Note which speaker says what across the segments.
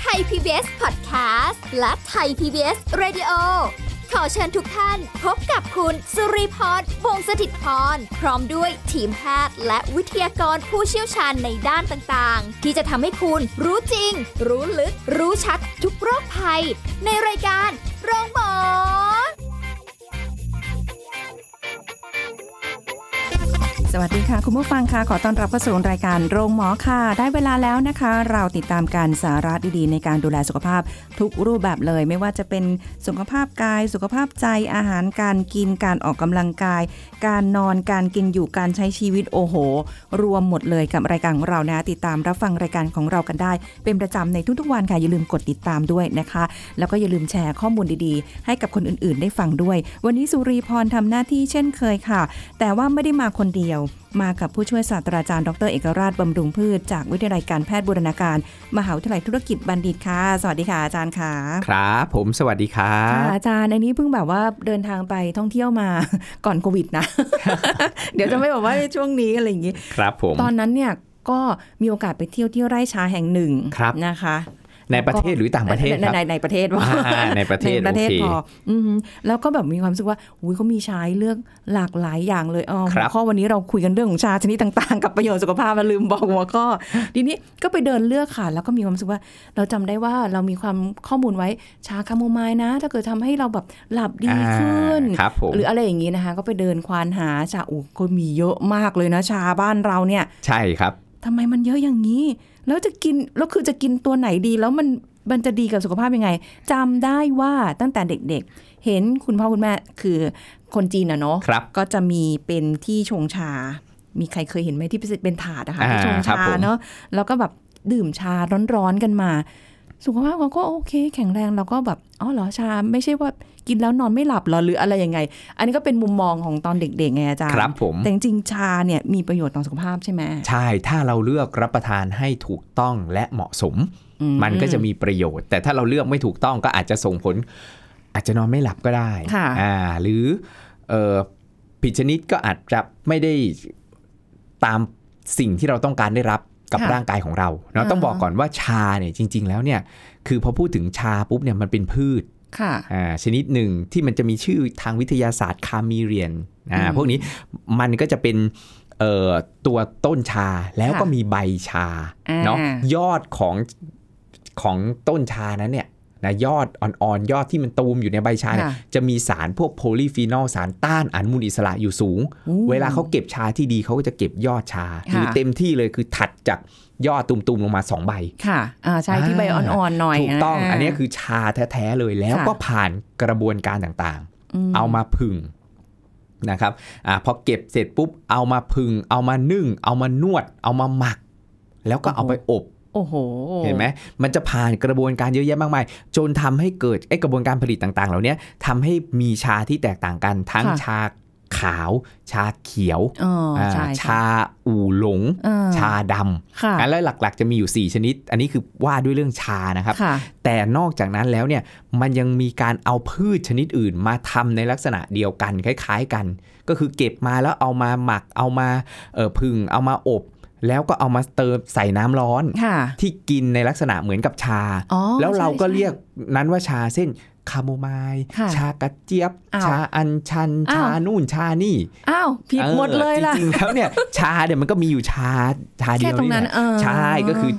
Speaker 1: ไทย PBS Podcast และไทย PBS Radio ขอเชิญทุกท่านพบกับคุณสุริพรวงศสถิตพร พร้อมด้วยทีมแพทย์และวิทยากรผู้เชี่ยวชาญในด้านต่างๆ ที่จะทำให้คุณรู้จริง รู้ลึก รู้ชัดทุกโรคภัย ในรายการโรงพยาบาล
Speaker 2: สวัสดีค่ะ คุณผู้ฟังค่ะ ขอต้อนรับเข้าสู่รายการโรงหมอค่ะ ได้เวลาแล้วนะคะ เราติดตามการสาระดีๆ ในการดูแลสุขภาพทุกรูปแบบเลย ไม่ว่าจะเป็นสุขภาพกาย สุขภาพใจอาหารการกินการออกกำลังกาย การนอนการกินอยู่การใช้ชีวิตโอ้โห รวมหมดเลยกับรายการของเรานะ ติดตามรับฟังรายการของเรากันได้ เป็นประจำในทุกๆวันค่ะอย่าลืมกดติดตามด้วยนะคะ แล้วก็อย่าลืมแชร์ข้อมูลดีๆ ให้กับคนอื่นๆ ได้ฟังด้วย วันนี้สุรีพรทำหน้าที่เช่นเคยค่ะ แต่ว่าไม่ได้มาคนเดียว มากับผู้ช่วยศาสตราจารย์ดรเอกราชบำรุงพืช จากวิทยาลัยการแพทย์บูรณาการ มหาวิทยาลัยธุรกิจบัณฑิตค่ะ สวัสดีค่ะอาจารย์ค่ะ
Speaker 3: ครับผมสวัสดีครั
Speaker 2: ค่ะ
Speaker 3: บ
Speaker 2: อาจารย์อันนี้เพิ่งแบบว่าเดินทางไปท่องเที่ยวมา ก่อนโควิดนะ เดี๋ยวจะไม่บอกว่าช่วงนี้อะไรอย่างงี้
Speaker 3: ครับผม
Speaker 2: ตอนนั้นเนี่ยก็มีโอกาสไปเที่ยวที่ไร่ชาแห่งหนึ่ง
Speaker 3: ครับ
Speaker 2: นะคะ
Speaker 3: ในประเทศหรือต่างประเทศ
Speaker 2: ใน
Speaker 3: ครับ
Speaker 2: ในในประเทศว่า
Speaker 3: อ่าในประเทศ
Speaker 2: ในประเทศ
Speaker 3: โอเค
Speaker 2: พออืมแล้วก็แบบมีความรู้สึกว่าอุ้ยเขามีชาให้เลือกหลากหลายอย่างเลยอ๋อ
Speaker 3: ค
Speaker 2: หั
Speaker 3: รั
Speaker 2: ว
Speaker 3: บ
Speaker 2: ข้อวันนี้เราคุยกันเรื่องของชาชนิดต่างๆ กับประโยชน์สุขภาพแล้วลืมบอกหัวข้อ ทีนี้ก็ไปเดินเลือกค่ะ แล้วก็มีความรู้สึกว่า เราจำได้ว่าเรามีความข้อมูลไว้ชาคาโมไมล์นะ ถ้าเกิดทำให้เราแบบหลับดีขึ้น
Speaker 3: อ่าครับผม
Speaker 2: หรืออะไรอย่างนี้นะคะ ก็ไปเดินควานหาชาอูก็มีเยอะมากเลยนะ ชาบ้านเราเนี่ย
Speaker 3: ใช่ครับ
Speaker 2: ทำไมมันเยอะอย่างนี้ แล้วจะกินแล้วคือจะกินตัวไหนดี แล้วมันมันจะดีกับสุขภาพยังไงจำได้ว่าตั้งแต่เด็กๆ เห็นคุณพ่อคุณแม่คือคนจีนอะเนาะ
Speaker 3: ครับ
Speaker 2: ก็จะมีเป็นที่ชงชา มีใครเคยเห็นไหมที่เป็นถาดอะค่ะที่
Speaker 3: อ่า
Speaker 2: ชง
Speaker 3: ครับ
Speaker 2: ชา
Speaker 3: ผม
Speaker 2: เนาะแล้วก็แบบดื่มชาร้อนๆกันมา สุขภาพเราก็โอเค แข็งแรงเราก็แบบอ๋อเหรอชาไม่ใช่ว่ากินแล้วนอนไม่หลับเหรอหรืออะไรยังไง อันนี้ก็เป็นมุมมองของตอนเด็กๆไงอาจารย์
Speaker 3: ครับผม
Speaker 2: แต่จริงๆชาเนี่ยมีประโยชน์ต่อสุขภาพใช่ไหม
Speaker 3: ใช่ถ้าเราเลือกรับประทานให้ถูกต้องและเหมาะสม
Speaker 2: อื
Speaker 3: มันก็จะมีประโยชน์ แต่ถ้าเราเลือกไม่ถูกต้องก็อาจจะส่งผล อาจจะนอนไม่หลับก็ได้
Speaker 2: ค่ะ
Speaker 3: อ่าหรือเออผิดชนิดก็อาจจะไม่ได้ตามสิ่งที่เราต้องการได้รับกับ
Speaker 2: ค่ะ
Speaker 3: ร่างกายของเราเนาะ
Speaker 2: อ่า
Speaker 3: ต้องบอกก่อนว่าชาเนี่ยจริง ๆ แล้วเนี่ยคือพอพูดถึงชาปุ๊บเนี่ยมันเป็นพืช
Speaker 2: ค่ะ
Speaker 3: อ่าชนิดหนึ่งที่มันจะมีชื่อทางวิทยาศาสตร์คามีเรียนอ่า
Speaker 2: อืม
Speaker 3: พวกนี้มันก็จะเป็นเอ่อตัวต้นชาแล้วก็มีใบชา
Speaker 2: อ่า
Speaker 3: เนาะยอดของของต้นชานั้นเนี่ยนะยอดอ่อนๆ ยอดที่มันตูมอยู่ในใบชาเนี่ย
Speaker 2: ค่ะ
Speaker 3: จะมีสารพวกโพลีฟีนอลสารต้านอนุมูลอิสระอยู่สูง
Speaker 2: อู้
Speaker 3: เวลาเขาเก็บชาที่ดีเขาก็จะเก็บยอดชา หรือ
Speaker 2: ค่ะ
Speaker 3: เต็มที่เลยคือถัดจากยอดตุ่มๆลงมาสองใบ
Speaker 2: ค่ะอ่าใช่ที่ใบอ่อนๆหน่อย
Speaker 3: ถูกต้อง
Speaker 2: า
Speaker 3: อันนี้คือชาแท้ๆเลยแล้ว
Speaker 2: ค่ะ
Speaker 3: ก็ผ่านกระบวนการต่าง
Speaker 2: ม
Speaker 3: ๆ เอามาผึ่งนะครับอาพอเก็บเสร็จปุ๊บ เอามาผึ่ง เอามานึ่ง เอามานวด เอามาหมัก แล้วก็เอา
Speaker 2: โอ้โห
Speaker 3: ไปอบ
Speaker 2: โอ้โห
Speaker 3: เห็นไหมมันจะผ่านกระบวนการเยอะแยะมากมาย จนทำให้เกิดไอ้กระบวนการผลิตต่าง ๆ เหล่านี้ทำให้มีชาที่แตกต่างกันทั้งชาขาว ชาเขียว
Speaker 2: อ๋อ
Speaker 3: อ่า
Speaker 2: ใช่
Speaker 3: ชาอู่หลง
Speaker 2: อ่
Speaker 3: ชาด
Speaker 2: ค่ะ
Speaker 3: ำงั้นแล้วหลักๆ จะมีอยู่สี่ชนิด อันนี้คือว่าด้วยเรื่องชานะครับ
Speaker 2: ค่ะ
Speaker 3: แต่นอกจากนั้นแล้วเนี่ยมันยังมีการเอาพืชชนิดอื่นมาทำในลักษณะเดียวกันคล้ายๆกัน ก็คือเก็บมาแล้วเอามาหมักเอามาเอ่อพึ่งเอามาอบ แล้วก็เอามาเติมใส่น้ำร้อน
Speaker 2: ค่ะ
Speaker 3: ที่กินในลักษณะเหมือนกับชา
Speaker 2: อ๋อ
Speaker 3: แล้วเราก็
Speaker 2: ใช่ใช่
Speaker 3: เรียกนั้นว่าชาเส้นคาโมไมล์
Speaker 2: ค่ะ
Speaker 3: ชากระเจี๊ยบ
Speaker 2: อ้าว
Speaker 3: ชาอัญชัน
Speaker 2: อ้าว
Speaker 3: ชานู่นชานี่
Speaker 2: อ้าวผิด
Speaker 3: ออ
Speaker 2: หมดเลยล่ะ
Speaker 3: จริงๆแล้วเนี่ย ชาเนี่ยมันก็มีอยู่ชาชาเดี
Speaker 2: แค่
Speaker 3: ยว
Speaker 2: ตรงนั้น
Speaker 3: แหละ
Speaker 2: เออ
Speaker 3: ใช่ก็คือ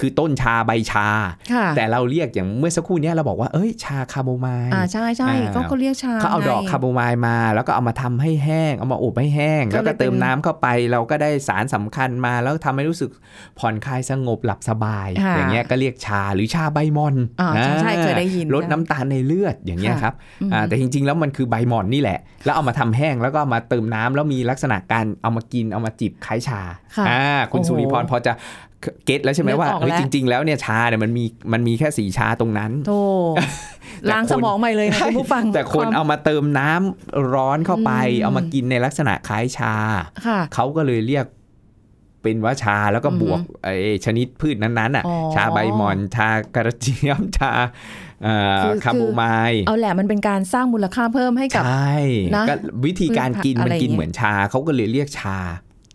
Speaker 3: คือต้นชาใบชา
Speaker 2: ค่ะ
Speaker 3: แต่เราเรียกอย่างเมื่อสักครู่เนี้ยเราบอกว่า เอ้ย ชาคาโมไมล์
Speaker 2: อ่าใช่ใช่
Speaker 3: อ่า
Speaker 2: เขาก็เรียกชา
Speaker 3: เขาเอาดอก
Speaker 2: ไง
Speaker 3: คาโมไมล์มา แล้วก็เอามาทำให้แห้ง เอามาอบให้แห้ง
Speaker 2: ก็เลย
Speaker 3: แล้วก็เติม
Speaker 2: เป็น
Speaker 3: น้ำเข้าไป เราก็ได้สารสำคัญมา แล้วทำให้รู้สึกผ่อนคลายสงบหลับสบาย
Speaker 2: ค่ะ
Speaker 3: อย่างเงี้ยก็เรียกชาหรือชาใบมอน
Speaker 2: อ่าใช่ใช่เคยได้ยิน
Speaker 3: ลดน้ำตาลในเลือดอย่างเงี้ย
Speaker 2: ค่ะ
Speaker 3: ครับ
Speaker 2: อืม
Speaker 3: อ่าแต่จริง ๆ แล้วมันคือใบมอนนี่แหละ แล้วเอามาทำแห้งแล้วก็เอามาเติมน้ำแล้วมีลักษณะการเอามากินเอามาจิบคล้ายชา
Speaker 2: ค่ะ
Speaker 3: อ่าคุณ
Speaker 2: โอ้โห
Speaker 3: สุริพรพอจะเก็ตแล้วใช่ไหม
Speaker 2: นึก
Speaker 3: ว่า
Speaker 2: ออก
Speaker 3: เฮ้ย
Speaker 2: แล้ว
Speaker 3: จริง ๆ แล้วเนี่ยชาเนี่ยมันมีมันมีแค่สีชาตรงนั้น
Speaker 2: โธ่
Speaker 3: แต่
Speaker 2: ล้าง
Speaker 3: คน
Speaker 2: สมองใหม่เลยค่ะคุณผู้ฟัง
Speaker 3: แต่คน
Speaker 2: วม
Speaker 3: เอามาเติมน้ำร้อนเข้าไป
Speaker 2: อืม
Speaker 3: เอามากินในลักษณะคล้ายชา
Speaker 2: ค่ะ
Speaker 3: เขาก็เลยเรียกเป็นว่าชาแล้วก็
Speaker 2: อือหือบ
Speaker 3: วกไอ้ชนิดพืชนั้นๆอ่ะ
Speaker 2: อ๋อ
Speaker 3: ชาใบหมอนชากระเจี๊ยบชา เอ่อ
Speaker 2: คือ
Speaker 3: คาโมไมล์
Speaker 2: เอาแหละมันเป็นการสร้างมูลค่าเพิ่มให้
Speaker 3: ใช
Speaker 2: กับ
Speaker 3: ่
Speaker 2: นะ
Speaker 3: ก็วิธีการกิน
Speaker 2: พืชผัก
Speaker 3: มันกิน
Speaker 2: อะไรอย่างเงี้ย
Speaker 3: เหมือนชาเขาก็เลยเรียกชา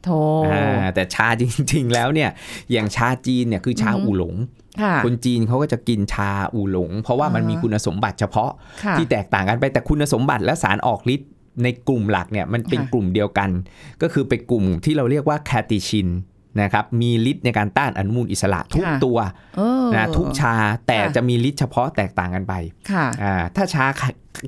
Speaker 2: โท
Speaker 3: อ่าแต่ชาจริง ๆ แล้วเนี่ยอย่างชาจีนเนี่ยคือชาอูหลง
Speaker 2: ค่ะ
Speaker 3: คนจีนเขาก็จะกินชาอูหลง เพราะว่ามัน
Speaker 2: อ่ามี
Speaker 3: มีคุณสมบัติเฉพาะ
Speaker 2: ค่ะ
Speaker 3: ที่แตกต่างกันไปแต่คุณสมบัติและสารออกฤทธิ์ในกลุ่มหลักเนี่ยมันเป็น
Speaker 2: ค่ะ
Speaker 3: กลุ่มเดียวกัน ก็คือเป็นกลุ่มที่เราเรียกว่าแคติชินนะครับมีฤทธิ์ในการต้านอนุมูลอิสระทุก
Speaker 2: ค่ะ
Speaker 3: ตัว
Speaker 2: เออ
Speaker 3: นะทุกชาแต่
Speaker 2: ค่ะ
Speaker 3: จะมีฤทธิ์เฉพาะแตกต่างกันไป
Speaker 2: ค่ะ
Speaker 3: อ่าถ้าชาข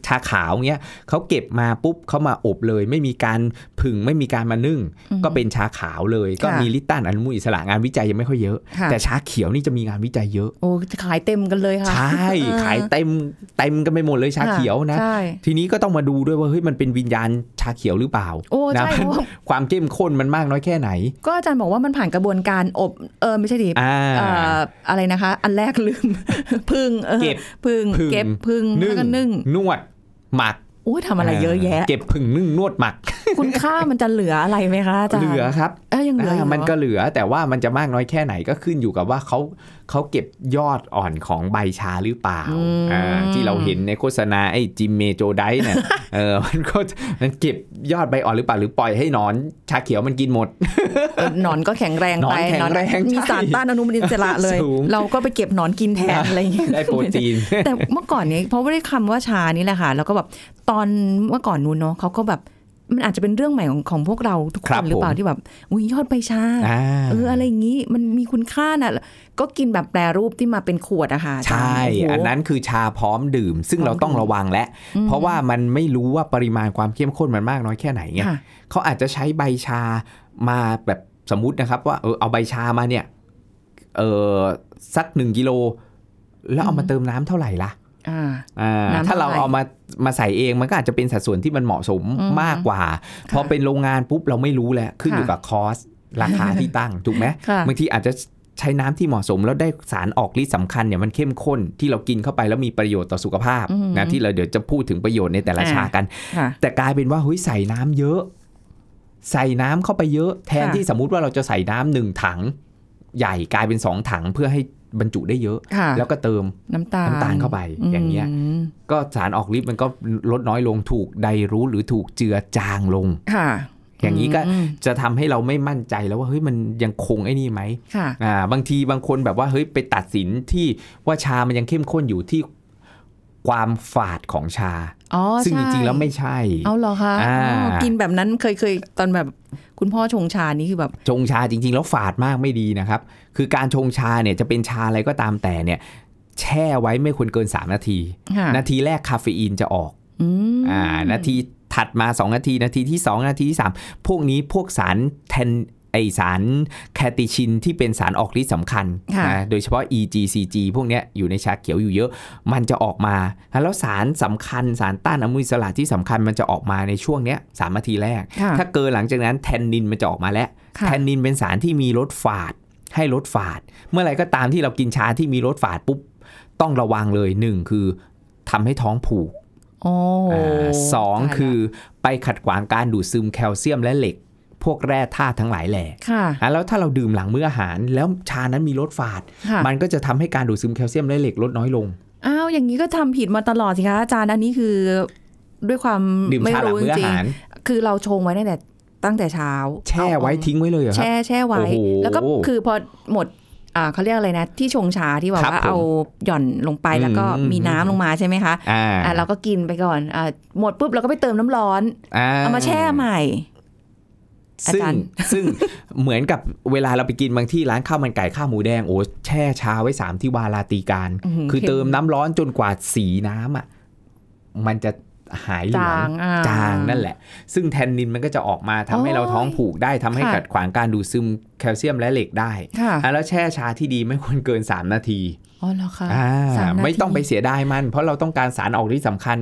Speaker 3: ชาขาวเงี้ยเขาเก็บมาปุ๊บเขามาอบเลย ไม่มีการผึ่งไม่มีการมานึ่ง
Speaker 2: อือฮึ
Speaker 3: ก็เป็นชาขาวเลย ก็
Speaker 2: ค่ะ
Speaker 3: มีฤทธิ์ต้านอนุมูลอิสระงานวิจัยยังไม่ค่อยเยอะ
Speaker 2: ค่ะ
Speaker 3: แต่ชาเขียวนี่จะมีงานวิจัยเยอะ
Speaker 2: โอ้ขายเต็มกันเลยค่ะ
Speaker 3: ใช่
Speaker 2: เออ
Speaker 3: ขายเต็มเต็มกันไปหมดเลยชา
Speaker 2: ค่
Speaker 3: เขียวนะ
Speaker 2: ใช่
Speaker 3: ทีนี้ก็ต้องมาดูด้วยว่าเฮ้ยมันเป็นวิญญาณชาเขียวหรือเปล่า
Speaker 2: โอ้
Speaker 3: นะ
Speaker 2: ใช่
Speaker 3: มั
Speaker 2: เพ
Speaker 3: น
Speaker 2: ราะว่า
Speaker 3: ความเข้มข้นมันมากน้อยแค่ไหน
Speaker 2: ก็อาจารย์บอกว่ามันผ่านกระบวนการอบเออไม่ใช่ดิ
Speaker 3: อ่า
Speaker 2: เอ่ออะไรนะคะ อันแรกลืม พึ่งออ
Speaker 3: เก็บ
Speaker 2: พึ่ง
Speaker 3: พึ่ง
Speaker 2: เก็บพึ่งแล้
Speaker 3: นึ่
Speaker 2: ว
Speaker 3: ง
Speaker 2: ก็นึ่ง
Speaker 3: นวดหมัก
Speaker 2: โอ้ยทำอะไรเยอะแยะ
Speaker 3: เก็บผึ่งนึ่งนวดหมัก
Speaker 2: คุณค่ามันจะเหลืออะไรไหมคะอาจารย์
Speaker 3: เหลือครับ
Speaker 2: เอ้ยยังเหลืออยู่
Speaker 3: า
Speaker 2: เหรอ
Speaker 3: มันก็เหลือแต่ว่ามันจะมากน้อยแค่ไหนก็ขึ้นอยู่กับว่าเขาเขาเก็บยอดอ่อนของใบชาหรือเปล่าอ่าที่เราเห็นในโฆษณาไอ้จิมเมโจได เนี่ยเออมันก็มันเก็บยอดใบอ่อนหรือเปล่าหรือปล่อยให้หนอนชาเขียวมันกินหมด
Speaker 2: เออหนอนก็แข็งแรง
Speaker 3: หนอน
Speaker 2: ไป
Speaker 3: แข็งแรง
Speaker 2: มีสาร
Speaker 3: ใช่
Speaker 2: ต้านอนุมูลอิสระเลย
Speaker 3: สูง
Speaker 2: เราก็ไปเก็บหนอนกินแทนอะไรอย่างเงี้ย
Speaker 3: ได้โปรตีน
Speaker 2: แต่เมื่อก่อนเนี้เพราะว่าได้คำว่าชานี่แหละค่ะ แล้วก็แบบตอนเมื่อก่อนนู้นเนาะเขาก็แบบมันอาจจะเป็นเรื่องใหม่ของของพวกเราทุก
Speaker 3: ค
Speaker 2: ครับ นหรือเปล่า
Speaker 3: ผม
Speaker 2: ที่แบบอุ้ยยอดใบชา
Speaker 3: อ่า
Speaker 2: เอออะไรอย่างงี้มันมีคุณค่านะก็กินแบบแปรรูปที่มาเป็นขวดอะค่ะอาจารย์
Speaker 3: ใช่
Speaker 2: โโห
Speaker 3: อันนั้นคือชาพร้อมดื่ม ซึ่ง
Speaker 2: พร้อม
Speaker 3: เราต้อง
Speaker 2: ดื่ม
Speaker 3: ระวังและ เพราะว่ามันไม่รู้ว่าปริมาณความเข้มข้นมันมากน้อยแค่ไหนไง
Speaker 2: ค่ะ
Speaker 3: เขาอาจจะใช้ใบชามาแบบสมมตินะครับ ว่าเออเอาใบชามาเนี่ยเออสักหนึ่งกิโล แล้วเอามาเติมน้ำเท่าไหร่ล่ะ
Speaker 2: อ่า
Speaker 3: อ่า
Speaker 2: น้ำเท่าไหร่
Speaker 3: ถ้าเราเอามามาใส่เองมันก็อาจจะเป็นสัดส่วนที่มันเหมาะสม
Speaker 2: อืม
Speaker 3: มากกว่า พอเป็นโรงงานปุ๊บเราไม่รู้แหละขึ้นอยู่กับคอสราคาที่ตั้งถูกไหม
Speaker 2: ค่ะ
Speaker 3: บางทีอาจจะใช้น้ำที่เหมาะสม แล้วได้สารออกฤทธิ์สำคัญเนี่ยมันเข้มข้นที่เรากินเข้าไปแล้วมีประโยชน์ต่อสุขภาพ
Speaker 2: อืม
Speaker 3: นะที่เราเดี๋ยวจะพูดถึงประโยชน์ในแต่ละ
Speaker 2: อ่า
Speaker 3: ชากัน
Speaker 2: ค่ะ
Speaker 3: แต่กลายเป็นว่าเฮ้ยใส่น้ำเยอะ ใส่น้ำเข้าไปเยอะ แทน
Speaker 2: ค่ะ
Speaker 3: ที่สมมุติว่าเราจะใส่น้ำหนึ่งถัง ใหญ่กลายเป็นสองถังเพื่อให้บรรจุได้เยอะ
Speaker 2: ค่ะ
Speaker 3: แล้วก็เติม
Speaker 2: น้ำตาล
Speaker 3: น้ำตาลเข้าไปอย่างเงี้ย
Speaker 2: ม
Speaker 3: ก็สารออกฤทธิ์มันก็ลดน้อยลงถูกไดรู้หรือถูกเจือจางลง
Speaker 2: ค่ะ
Speaker 3: อย่างนี้ก็
Speaker 2: ม
Speaker 3: จะทำให้เราไม่มั่นใจแล้วว่าเฮ้ยมันยังคงไอ้นี่ไหม
Speaker 2: ค่ะ
Speaker 3: อ่าบางทีบางคนแบบว่าเฮ้ยไปตัดสินที่ว่าชามันยังเข้มข้นอยู่ที่ความฝาดของชา
Speaker 2: อ๋อ
Speaker 3: ซึ่งจ
Speaker 2: ใช่
Speaker 3: ริงๆแล้วไม่ใช่
Speaker 2: เอาเหรอคะ
Speaker 3: อ่า
Speaker 2: อ๋อกินแบบนั้นเคยเคยตอนแบบคุณพ่อชงชานี่คือแบบ
Speaker 3: ชงชาจริง ๆ แล้วฝาดมากไม่ดีนะครับ คือการชงชาเนี่ยจะเป็นชาอะไรก็ตามแต่เนี่ย แช่ไว้ไม่ควรเกิน 3 นาที
Speaker 2: ค่ะ
Speaker 3: นาทีแรกคาเฟอีนจะออก
Speaker 2: อืม
Speaker 3: อ่านาทีถัดมา 2 นาที นาทีที่ 2 นาทีที่ 3 พวกนี้พวกสารแทนไอสารแคติชินที่เป็นสารออกฤทธิ์สำคัญ
Speaker 2: ค่ะ
Speaker 3: นะโดยเฉพาะ EGCG พวกเนี้ยอยู่ในชาเขียวอยู่เยอะ มันจะออกมา แล้วสารสำคัญสารต้านอนุมูลอิสระที่สำคัญมันจะออกมาในช่วงเนี้ยสามนาทีแรก
Speaker 2: ค่ะ
Speaker 3: ถ้าเกินหลังจากนั้นแทนนินมันจะออกมาแล้ว
Speaker 2: ค่ะ
Speaker 3: แทนนินเป็นสารที่มีรสฝาด ให้รสฝาด เมื่อไหรก็ตามที่เรากินชาที่มีรสฝาดปุ๊บ ต้องระวังเลยหนึ่งคือทำให้ท้องผูก
Speaker 2: โอ้โห
Speaker 3: อาสอง
Speaker 2: ตายละ
Speaker 3: คือไปขัดขวางการดูดซึมแคลเซียมและเหล็ก พวกแร่ธาตุทั้งหลายแหล่
Speaker 2: ค่ะ
Speaker 3: อ่ะแล้วถ้าเราดื่มหลังมื้ออาหาร แล้วชานั้นมีรสฝาด
Speaker 2: ค่ะ
Speaker 3: มันก็จะทำให้การดูดซึมแคลเซียมและเหล็กลดน้อยลง
Speaker 2: อ้าวอย่างนี้ก็ทำผิดมาตลอดสิคะอาจารย์อันนี้คือด้วยความ
Speaker 3: ดื่ม
Speaker 2: ไม่
Speaker 3: ชาหลัง
Speaker 2: รู้จ
Speaker 3: มื้ออา
Speaker 2: ริง
Speaker 3: หาร
Speaker 2: ๆคือเราชงไว้ตั้งแต่ตั้งแต่เช้า
Speaker 3: แช่ไว้
Speaker 2: เอา
Speaker 3: ทิ้งไว้เลยเหรอครับ
Speaker 2: แช่แช่ไว้
Speaker 3: โอ้โห
Speaker 2: แล้วก็คือพอหมดอ่าเขาเรียกอะไรนะ ที่ชงชาที่แบบ
Speaker 3: ครับ
Speaker 2: ว่า
Speaker 3: ผม
Speaker 2: เอาหย่อนลงไปแล้วก็
Speaker 3: อืม
Speaker 2: มีน้ำลงมาใช่ไหมคะ
Speaker 3: อ่า
Speaker 2: อ่าเราก็กินไปก่อนอ่าหมดปุ๊บเราก็ไปเติมน้ำร้อน เอามาแช่ใหม่ อา
Speaker 3: ซึ่ง
Speaker 2: จารย์
Speaker 3: ซึ่งเหมือนกับเวลาเราไปกินบางที่ร้านข้าวมันไก่ข้าวหมูแดงโอ้แช่ชาไว้สามที่วาลาตีการ คือเติมน้ำร้อนจนกว่าสีน้ำอ่ะมันจะหายเหลื
Speaker 2: จา
Speaker 3: อง
Speaker 2: งอ่
Speaker 3: จางนั่นแหละ ซึ่งแทนนินมันก็จะออกมาทำให้
Speaker 2: โอ้ย
Speaker 3: เราท้องผูกได้ทำให้
Speaker 2: ค่ะ
Speaker 3: ขัดขวางการดูดซึมแคลเซียมและเหล็กได้
Speaker 2: ค่ะ
Speaker 3: อ่ะแล้วแช่ชาที่ดีไม่ควรเกิน 3 นาที
Speaker 2: อ๋อเหรอคะ
Speaker 3: อ่า
Speaker 2: สานา
Speaker 3: ไม่ต้องไป
Speaker 2: ที
Speaker 3: เสียดายมัน เพราะเราต้องการสารออกฤทธิ์สำคัญ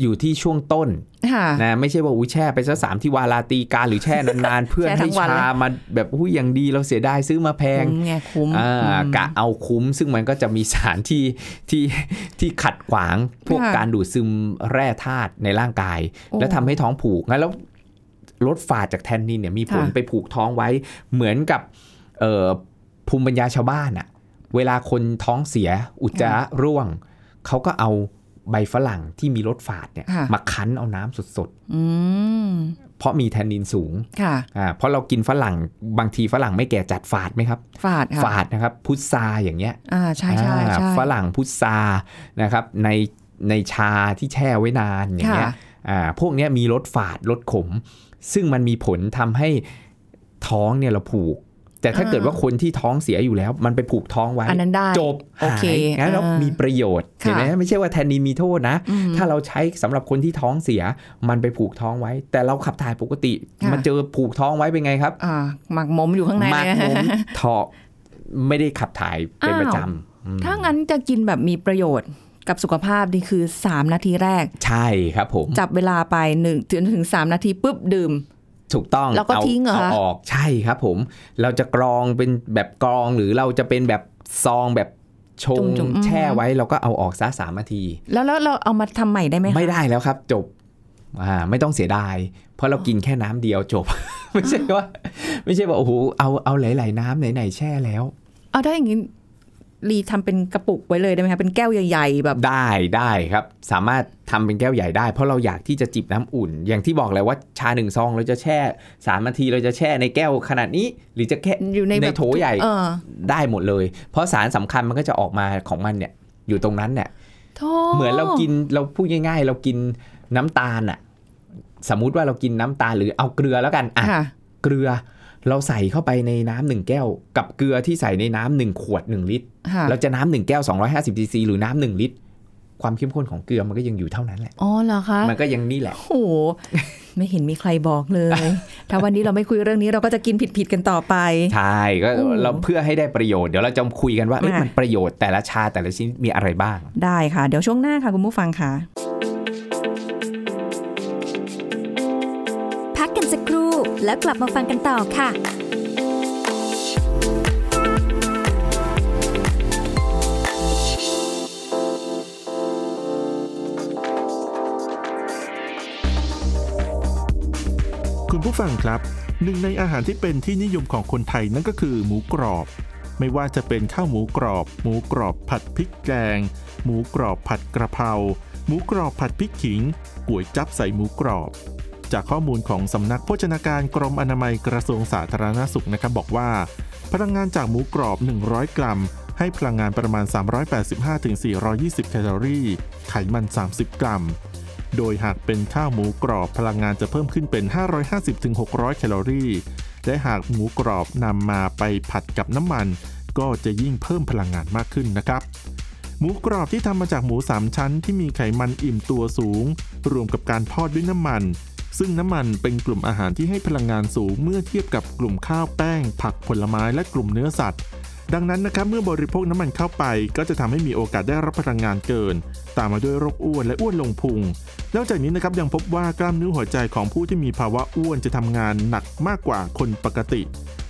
Speaker 3: อยู่ที่ช่วงต้น
Speaker 2: ค่ะ
Speaker 3: นะไม่ใช่ว่าอุ้ยแช่ไปซะสามที่วาลาตีการหรือแช่นานๆ เพื่อน
Speaker 2: แช่ทั้
Speaker 3: ให้
Speaker 2: งวัน
Speaker 3: ชา
Speaker 2: เลย
Speaker 3: มาแบบอุ้ยอย่างดีเราเสียดายซื้อมาแพง
Speaker 2: คุ้มไงคุ้ม
Speaker 3: อ่า
Speaker 2: อืม
Speaker 3: กะเอาคุ้ม ซึ่งมันก็จะมีสารที่ ที่ที่ขัดขวางพวก
Speaker 2: ค่ะ
Speaker 3: การดูดซึมแร่ธาตุในร่างกาย
Speaker 2: โอ้
Speaker 3: แล้วทำให้ท้องผูกงั้นแล้วลดฝาดจากแทนนินเนี่ยมีผล
Speaker 2: ค่ะ
Speaker 3: ไปผูกท้องไว้เหมือนกับเอ่อภูมิปัญญาชาวบ้านอะเวลาคนท้องเสียอุจจาระร่วง เขาก็เอาใบฝรั่งที่มีรสฝาดเนี่ย
Speaker 2: ค่ะ
Speaker 3: มาคั้นเอาน้ำสด
Speaker 2: อืม
Speaker 3: ๆ เพราะมีแทนนินสูง
Speaker 2: ค่ะ
Speaker 3: อ่าเพราะเรากินฝรั่งบางทีฝรั่งไม่แก่จัดฝาดไหมครับ
Speaker 2: ฝาดค่ะ
Speaker 3: ฝาดนะครับพุทราอย่างเงี้ย
Speaker 2: อ่าใช่ใช่
Speaker 3: อ่า
Speaker 2: ใช่
Speaker 3: ฝรั่งพุทรานะครับในในชาที่แช่ไว้นานอย่าง
Speaker 2: ค่ะ
Speaker 3: เงี้ยอ่าพวกเนี้ยมีรสฝาดรสขม ซึ่งมันมีผลทำให้ท้องเนี่ยเราผูก แต่ถ้าเกิดว่าคนที่ท้องเสียอยู่แล้ว มันไปผูกท้องไว้
Speaker 2: อันนั้นได้
Speaker 3: จบ
Speaker 2: โอเค
Speaker 3: หายงั้นแล้ว
Speaker 2: อ่ามี
Speaker 3: มีประโยชน์
Speaker 2: ค่ะ
Speaker 3: เห็นไหมไม่ใช่ว่าแทนนินมีโทษนะ
Speaker 2: อืม
Speaker 3: ถ้าเราใช้สำหรับคนที่ท้องเสีย มันไปผูกท้องไว้ แต่เราขับถ่ายปกติ
Speaker 2: ค่ะ
Speaker 3: มาเจอผูกท้องไว้เป็นไงครับ
Speaker 2: อ่าหมักหมมอยู่ข้างใน
Speaker 3: มาก
Speaker 2: เลย
Speaker 3: นมทอไม่ได้ขับถ่ายเป็น
Speaker 2: อ้าว
Speaker 3: ประจำอืม
Speaker 2: ถ้างั้นจะกินแบบมีประโยชน์กับสุขภาพนี่คือ 3 นาทีแรก
Speaker 3: ใช่ครับผม
Speaker 2: จับเวลาไป1นงถึงถึงสามนาทีปุ๊บดื่ม
Speaker 3: ถูกต้อง
Speaker 2: แล้วก็ทิ้งเหรอคะ
Speaker 3: ออกใช่ครับผม เราจะกรองเป็นแบบกรองหรือเราจะเป็นแบบซองแบบชง
Speaker 2: จุ่มๆอืม
Speaker 3: แช่ไว้เราก็เอาออกซะสามนาที
Speaker 2: แล้วแล้วเราเอามาทำใหม่ได้ไหมคะ
Speaker 3: ไม่ได้แล้วครับจบอ่าไม่ต้องเสียดาย เพราะเรากินแค่น้ำเดียวจบ ไม่ใช่ว่า ไม่ใช่ว่าโอ้โหเอาเอาหลาย ๆ น้ำไหน ๆ แช่แล้ว
Speaker 2: เอาได้อย่างงี้รีทำเป็นกระปุกไว้เลยได้ไหมคะเป็นแก้วใหญ่ๆแบบ
Speaker 3: ได้ได้ครับ สามารถทำเป็นแก้วใหญ่ได้ เพราะเราอยากที่จะจิบน้ำอุ่น อย่างที่บอกแล้วว่าชาหนึ่งซองเราจะแช่สามนาทีเราจะแช่ในแก้วขนาดนี้ หรือจะแค่
Speaker 2: อยู่ใน
Speaker 3: ใน
Speaker 2: แบบ
Speaker 3: โถใหญ่
Speaker 2: เออ
Speaker 3: ได้หมดเลย เพราะสารสำคัญมันก็จะออกมาของมันเนี่ย อยู่ตรงนั้นเนี่ย
Speaker 2: โถ
Speaker 3: เหมือนเรากินเราพูดง่าย ๆ เรากินน้ำตาลอะสมมุติว่าเรากินน้ำตาลหรือเอาเกลือแล้วกันอ่ะ
Speaker 2: ค่ะ
Speaker 3: เกลือเราใส่เข้าไปในน้ำหนึ่งแก้ว กับเกลือที่ใส่ในน้ำหนึ่งขวดหนึ่งลิตร
Speaker 2: ค่ะ
Speaker 3: เราจะน้ำหนึ่งแก้ว 250ซีซีหรือน้ำหนึ่งลิตร ความเข้มข้นของเกลือมันก็ยังอยู่เท่านั้นแหละ
Speaker 2: อ๋อเหรอคะ
Speaker 3: มันก็ยังนี่แหละ
Speaker 2: โอ้โห ไม่เห็นมีใครบอกเลย ถ้าวันนี้เราไม่คุยเรื่องนี้เราก็จะกินผิดๆกันต่อไป
Speaker 3: ใช่ ก็
Speaker 2: โอ้
Speaker 3: เราเพื่อให้ได้ประโยชน์ เดี๋ยวเราจะคุยกันว่าเอ้ย
Speaker 2: มามั
Speaker 3: มันประโยชน์แต่ละชาแต่ละชิ้นมีอะไรบ้าง
Speaker 2: ได้ค่ะ เดี๋ยวช่วงหน้าค่ะคุณผู้ฟังค่ะ
Speaker 1: พักกันสักครู่แล้วกลับมาฟังกันต่อค่ะ
Speaker 4: คุณผู้ฟังครับหนึ่งในอาหารที่เป็นที่นิยมของคนไทยนั่นก็คือหมูกรอบ ไม่ว่าจะเป็นข้าวหมูกรอบ หมูกรอบผัดพริกแกง หมูกรอบผัดกระเพราหมูกรอบผัดพริกขิงก๋วยจับใส่หมูกรอบ จากข้อมูลของสำนักโภชนาการกรมอนามัยกระทรวงสาธารณสุขนะครับบอกว่า พลังงานจากหมูกรอบ 100 กรัม ให้พลังงานประมาณ 385-420 แคลอรี่ ไขมัน 30 กรัม โดยหากเป็นข้าวหมูกรอบพลังงานจะเพิ่มขึ้นเป็น 550-600 แคลอรี่ และหากหมูกรอบนำมาไปผัดกับน้ำมัน ก็จะยิ่งเพิ่มพลังงานมากขึ้นนะครับ หมูกรอบที่ทำมาจากหมู 3 ชั้นที่มีไขมันอิ่มตัวสูง รวมกับการทอดด้วยน้ำมัน ซึ่งน้ำมันเป็นกลุ่มอาหารที่ให้พลังงานสูงเมื่อเทียบกับกลุ่มข้าวแป้ง ผักผลไม้และกลุ่มเนื้อสัตว์ ดังนั้นนะครับเมื่อบริโภคน้ำมันเข้าไป ก็จะทำให้มีโอกาสได้รับพลังงานเกิน ตามมาด้วยโรคอ้วนและอ้วนลงพุง นอกจากนี้นะครับยังพบว่ากล้ามเนื้อหัวใจของผู้ที่มีภาวะอ้วนจะทำงานหนักมากกว่าคนปกติ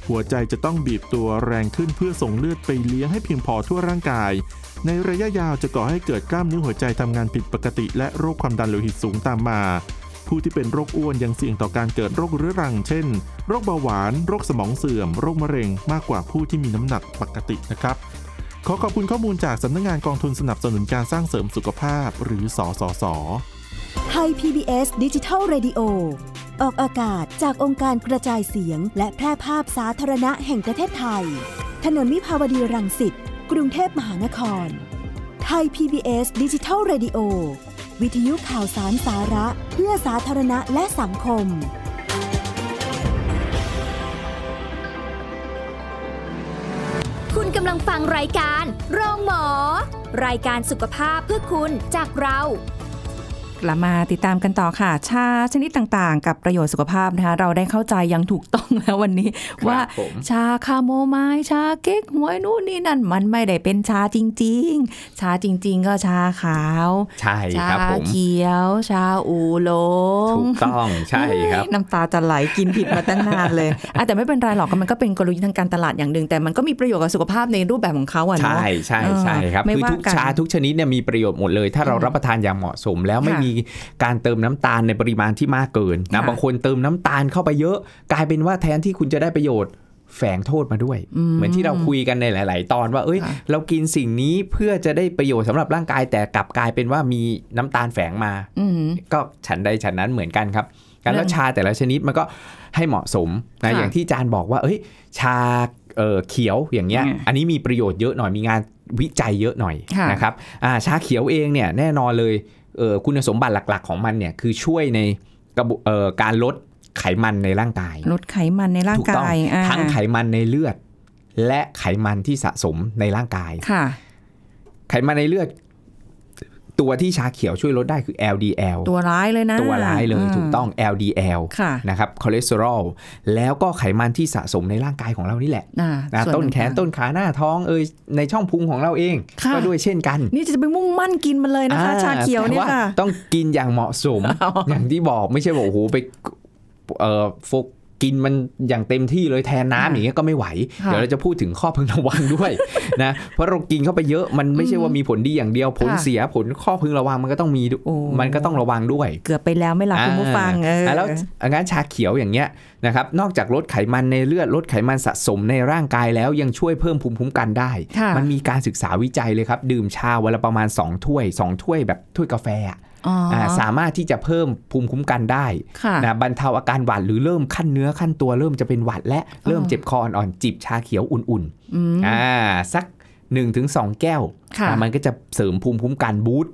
Speaker 4: หัวใจจะต้องบีบตัวแรงขึ้นเพื่อส่งเลือดไปเลี้ยงให้เพียงพอทั่วร่างกาย ในระยะยาวจะก่อให้เกิดกล้ามเนื้อหัวใจทำงานผิดปกติ และโรคความดันโลหิตสูงตามมา ผู้ที่เป็นโรคอ้วนยังเสี่ยงต่อการเกิดโรคเรื้อรัง เช่น โรคเบาหวาน โรคสมองเสื่อม โรคมะเร็ง มากกว่าผู้ที่มีน้ำหนักปกตินะครับ ขอขอบคุณข้อมูลจากสำนักงานกองทุนสนับสนุนการสร้างเสริมสุขภาพ หรือสสส
Speaker 5: ไทย PBS ดิจิทัล Radio ออกอากาศจากองค์การกระจายเสียง และแพร่ภาพสาธารณะแห่งประเทศไทย ถนนมิภาวดีรังสิต กรุงเทพมหานคร ไทย PBS ดิจิทัล Radio วิทยุข่าวสารสาระเพื่อสาธารณะและสังคม
Speaker 1: คุณกำลังฟังรายการโรงหมอ รายการสุขภาพเพื่อคุณจากเรา
Speaker 2: กลับมาติดตามกันต่อค่ะ ชาชนิดต่างๆ กับประโยชน์สุขภาพนะคะเราได้เข้าใจอยังถูกต้องแล้ววันนี้
Speaker 3: ครับ
Speaker 2: ว่า
Speaker 3: ผม
Speaker 2: ชาคาโมไมล์ชาเก๊กหวยนู่นนี่นั่น มันไม่ได้เป็นชาจริง ๆ ชาจริง ๆ ก็ชาขาว
Speaker 3: ใช่
Speaker 2: ชา
Speaker 3: ครับผม
Speaker 2: เขียว ชาอูหลง
Speaker 3: ถูกต้องใช่ครับ
Speaker 2: น้ำตาจะไหลกินผิดมาตั้งนานเลยอ่ะแต่ไม่เป็นไรหรอกมันก็เป็นกลยุทธ์ทางการตลาดอย่างหนึ่งแต่มันก็มีประโยชน์กับสุขภาพในรูปแบบของเขาอ่ะเนาะ
Speaker 3: ใช่ใช่
Speaker 2: เออ
Speaker 3: ใช่ครับ
Speaker 2: ไม่
Speaker 3: คือ
Speaker 2: ว่า
Speaker 3: ทุก
Speaker 2: กัน
Speaker 3: ชาทุกชนิดเนี่ยมีประโยชน์หมดเลย ถ้าเรา
Speaker 2: อืม
Speaker 3: รับประทานอย่างเหมาะสม แล้วไม่
Speaker 2: ค่ะ
Speaker 3: มีการเติมน้ำตาลในปริมาณที่มากเกินนะ
Speaker 2: ค่ะ
Speaker 3: บางคนเติมน้ำตาลเข้าไปเยอะ กลายเป็นว่าแทนที่คุณจะได้ประโยชน์ แฝงโทษมาด้วย เหมือนที่เราคุยกันในหลาย ๆ ตอนว่าเอ้ย
Speaker 2: ค่ะ
Speaker 3: เรากินสิ่งนี้เพื่อจะได้ประโยชน์สำหรับร่างกาย แต่กลับกลายเป็นว่ามีน้ำตาลแฝงมา
Speaker 2: อืม
Speaker 3: ก็ฉันใดฉันนั้นเหมือนกันครับการแล้ว
Speaker 2: เริ่ม
Speaker 3: ชาแต่ละชนิดมันก็ให้เหมาะสมนะ
Speaker 2: ค่ะ
Speaker 3: อย่างที่อาจารย์บอกว่า เอ้ย ชาเอ่อเขียวอย่างเงี้ย
Speaker 2: อืม
Speaker 3: อันนี้มีประโยชน์เยอะหน่อยมีงานวิจัยเยอะหน่อย
Speaker 2: ค่ะ
Speaker 3: นะครับอ่าชาเขียวเองเนี่ยแน่นอนเลยเอ่อคุณสมบัติหลักๆ ของมันเนี่ยคือช่วยในกระบวเอ่อการลดไขมันในร่างกาย
Speaker 2: ลดไขมันในร่าง
Speaker 3: ถูกต้อง
Speaker 2: กายอ่า
Speaker 3: ทั้งไขมันในเลือด และไขมันที่สะสมในร่างกาย
Speaker 2: ค่ะ
Speaker 3: ไขมันในเลือด ตัวที่ชาเขียวช่วยลดได้คือ LDL
Speaker 2: ตัวร้ายเลยนะ
Speaker 3: ตัวร้ายเลย
Speaker 2: ม
Speaker 3: ถูกต้อง LDL
Speaker 2: ค่ะ
Speaker 3: นะครับคอเลสเตอรอลแล้วก็ไขมันที่สะสมในร่างกายของเรานี่แหละ
Speaker 2: อ่า
Speaker 3: นะ
Speaker 2: ส่ว
Speaker 3: ต้นแขน
Speaker 2: ต่าง
Speaker 3: ต้นขาหน้าท้องเอยในช่องพุงของเราเอง
Speaker 2: ค่ะ
Speaker 3: ก็ด้วยเช่นกัน
Speaker 2: นี่จะไปมุ่งมั่นกินมันเลยนะคะ
Speaker 3: อ่
Speaker 2: ชาเขียวเนี่ย
Speaker 3: แต่า
Speaker 2: ค่ะ
Speaker 3: ต้องกินอย่างเหมาะ สม อย่างที่บอกไม่ใช่บอกโอ้โหไปเอ่อโฟกกินมันอย่างเต็มที่เลยแทนน้ำ
Speaker 2: อ่า
Speaker 3: อย่างเงี้ยก็ไม่ไหว
Speaker 2: ค่ะ
Speaker 3: เดี๋ยวเราจะพูดถึงข้อพึงระวังด้วย นะเพราะเรากินเข้าไปเยอะมันไม่ใช่ว่ามีผลดีอย่างเดียว ผล
Speaker 2: ค่ะ
Speaker 3: เสียผลข้อพึงระวังมันก็ต้องมีด้วย
Speaker 2: โอ้
Speaker 3: มันก็ต้องระวังด้วย
Speaker 2: เกือบไปแล้วไม่หลับคุณผู้ฟังเอออ
Speaker 3: อ่าแล้วงั้นชาเขียวอย่างเงี้ยนะครับนอกจากลดไขมันในเลือดลดไขมันสะสมในร่างกายแล้วยังช่วยเพิ่มภูมิคุ้มกันได้
Speaker 2: ค่ะ
Speaker 3: มันมีการศึกษาวิจัยเลยครับ ดื่มชาวันละประมาณ 2 ถ้วย 2 ถ้วยแบบถ้วยกาแฟอะ
Speaker 2: อ๋ออ่
Speaker 3: าสามารถที่จะเพิ่มภูมิคุ้มกันได้
Speaker 2: ค่ะ
Speaker 3: นะบรรเทาอาการหวัดหรือเริ่มขั้นเนื้อขั้นตัวเริ่มจะเป็นหวัดและเริ่มเจ็บคออ่อนๆจิบชาเขียวอุ่น
Speaker 2: อืม
Speaker 3: ๆอ่าสัก 1-2 แก้ว
Speaker 2: ค่ะ
Speaker 3: อ่ามันก็จะเสริมภูมิคุ้มกันบูต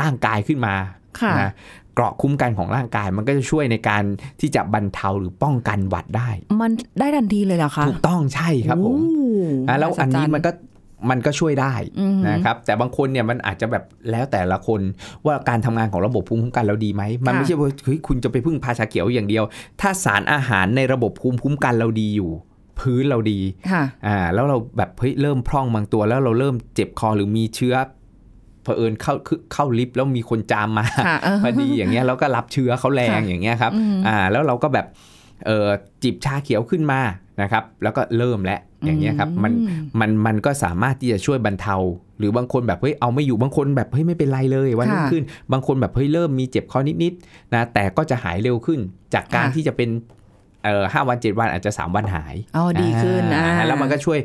Speaker 3: ร่างกายขึ้นมา
Speaker 2: ค่ะ
Speaker 3: นะเกราะคุ้มกันของร่างกายมันก็จะช่วยในการที่จะบรรเทาหรือป้องกันหวัดได้
Speaker 2: มันได้ทันทีเลยเหรอคะ
Speaker 3: ถูกต้องใช่ครับผม
Speaker 2: โอ้
Speaker 3: อ่ะแล้วอันนี้มันก็มันก็ช่วยได้
Speaker 2: อืม
Speaker 3: นะครับแต่บางคนเนี่ยมันอาจจะแบบแล้วแต่ละคนว่าการทำงานของระบบภูมิคุ้มกันเราดีไหมมัน
Speaker 2: ค่ะ
Speaker 3: ไม่ใช่ว่าเฮ้ยคุณจะไปพึ่งพาชาเขียวอย่างเดียว ถ้าสารอาหารในระบบภูมิคุ้มกันเราดีอยู่ พื้นเราดี
Speaker 2: ค่ะ
Speaker 3: อ่าแล้วเราแบบเฮ้ยเริ่มพร่องบางตัวแล้วเราเริ่มเจ็บคอหรือมีเชื้อเผอิญเข้าเข้าลิฟต์แล้วมีคนจามมา
Speaker 2: ค่ะเออ
Speaker 3: พอดีอย่างเงี้ยแล้วก็รับเชื้อเขาแรง
Speaker 2: ค่ะ
Speaker 3: อย่างเงี้ยครับ
Speaker 2: อืม
Speaker 3: อ่าแล้วเราก็แบบเออจิบชาเขียวขึ้นมานะครับ แล้วก็เริ่มแล้วอย่างเงี้ยครับมัน
Speaker 2: อืม
Speaker 3: มันมันก็สามารถที่จะช่วยบรรเทา หรือบางคนแบบเฮ้ยเอาไม่อยู่บางคนแบบเฮ้ยไม่เป็นไรเลยวันรุ่งขึ้น บางคนแบบเฮ้ยเริ่มมีเจ็บคอนิดๆนะแต่ก็จะหายเร็วขึ้น จากการที่จะเป็นเอ่อห้าวันเจ็ดวันอาจจะสามวันหาย
Speaker 2: อ๋อดีขึ้นอ่า
Speaker 3: อ่าแล้วมันก็ช่วย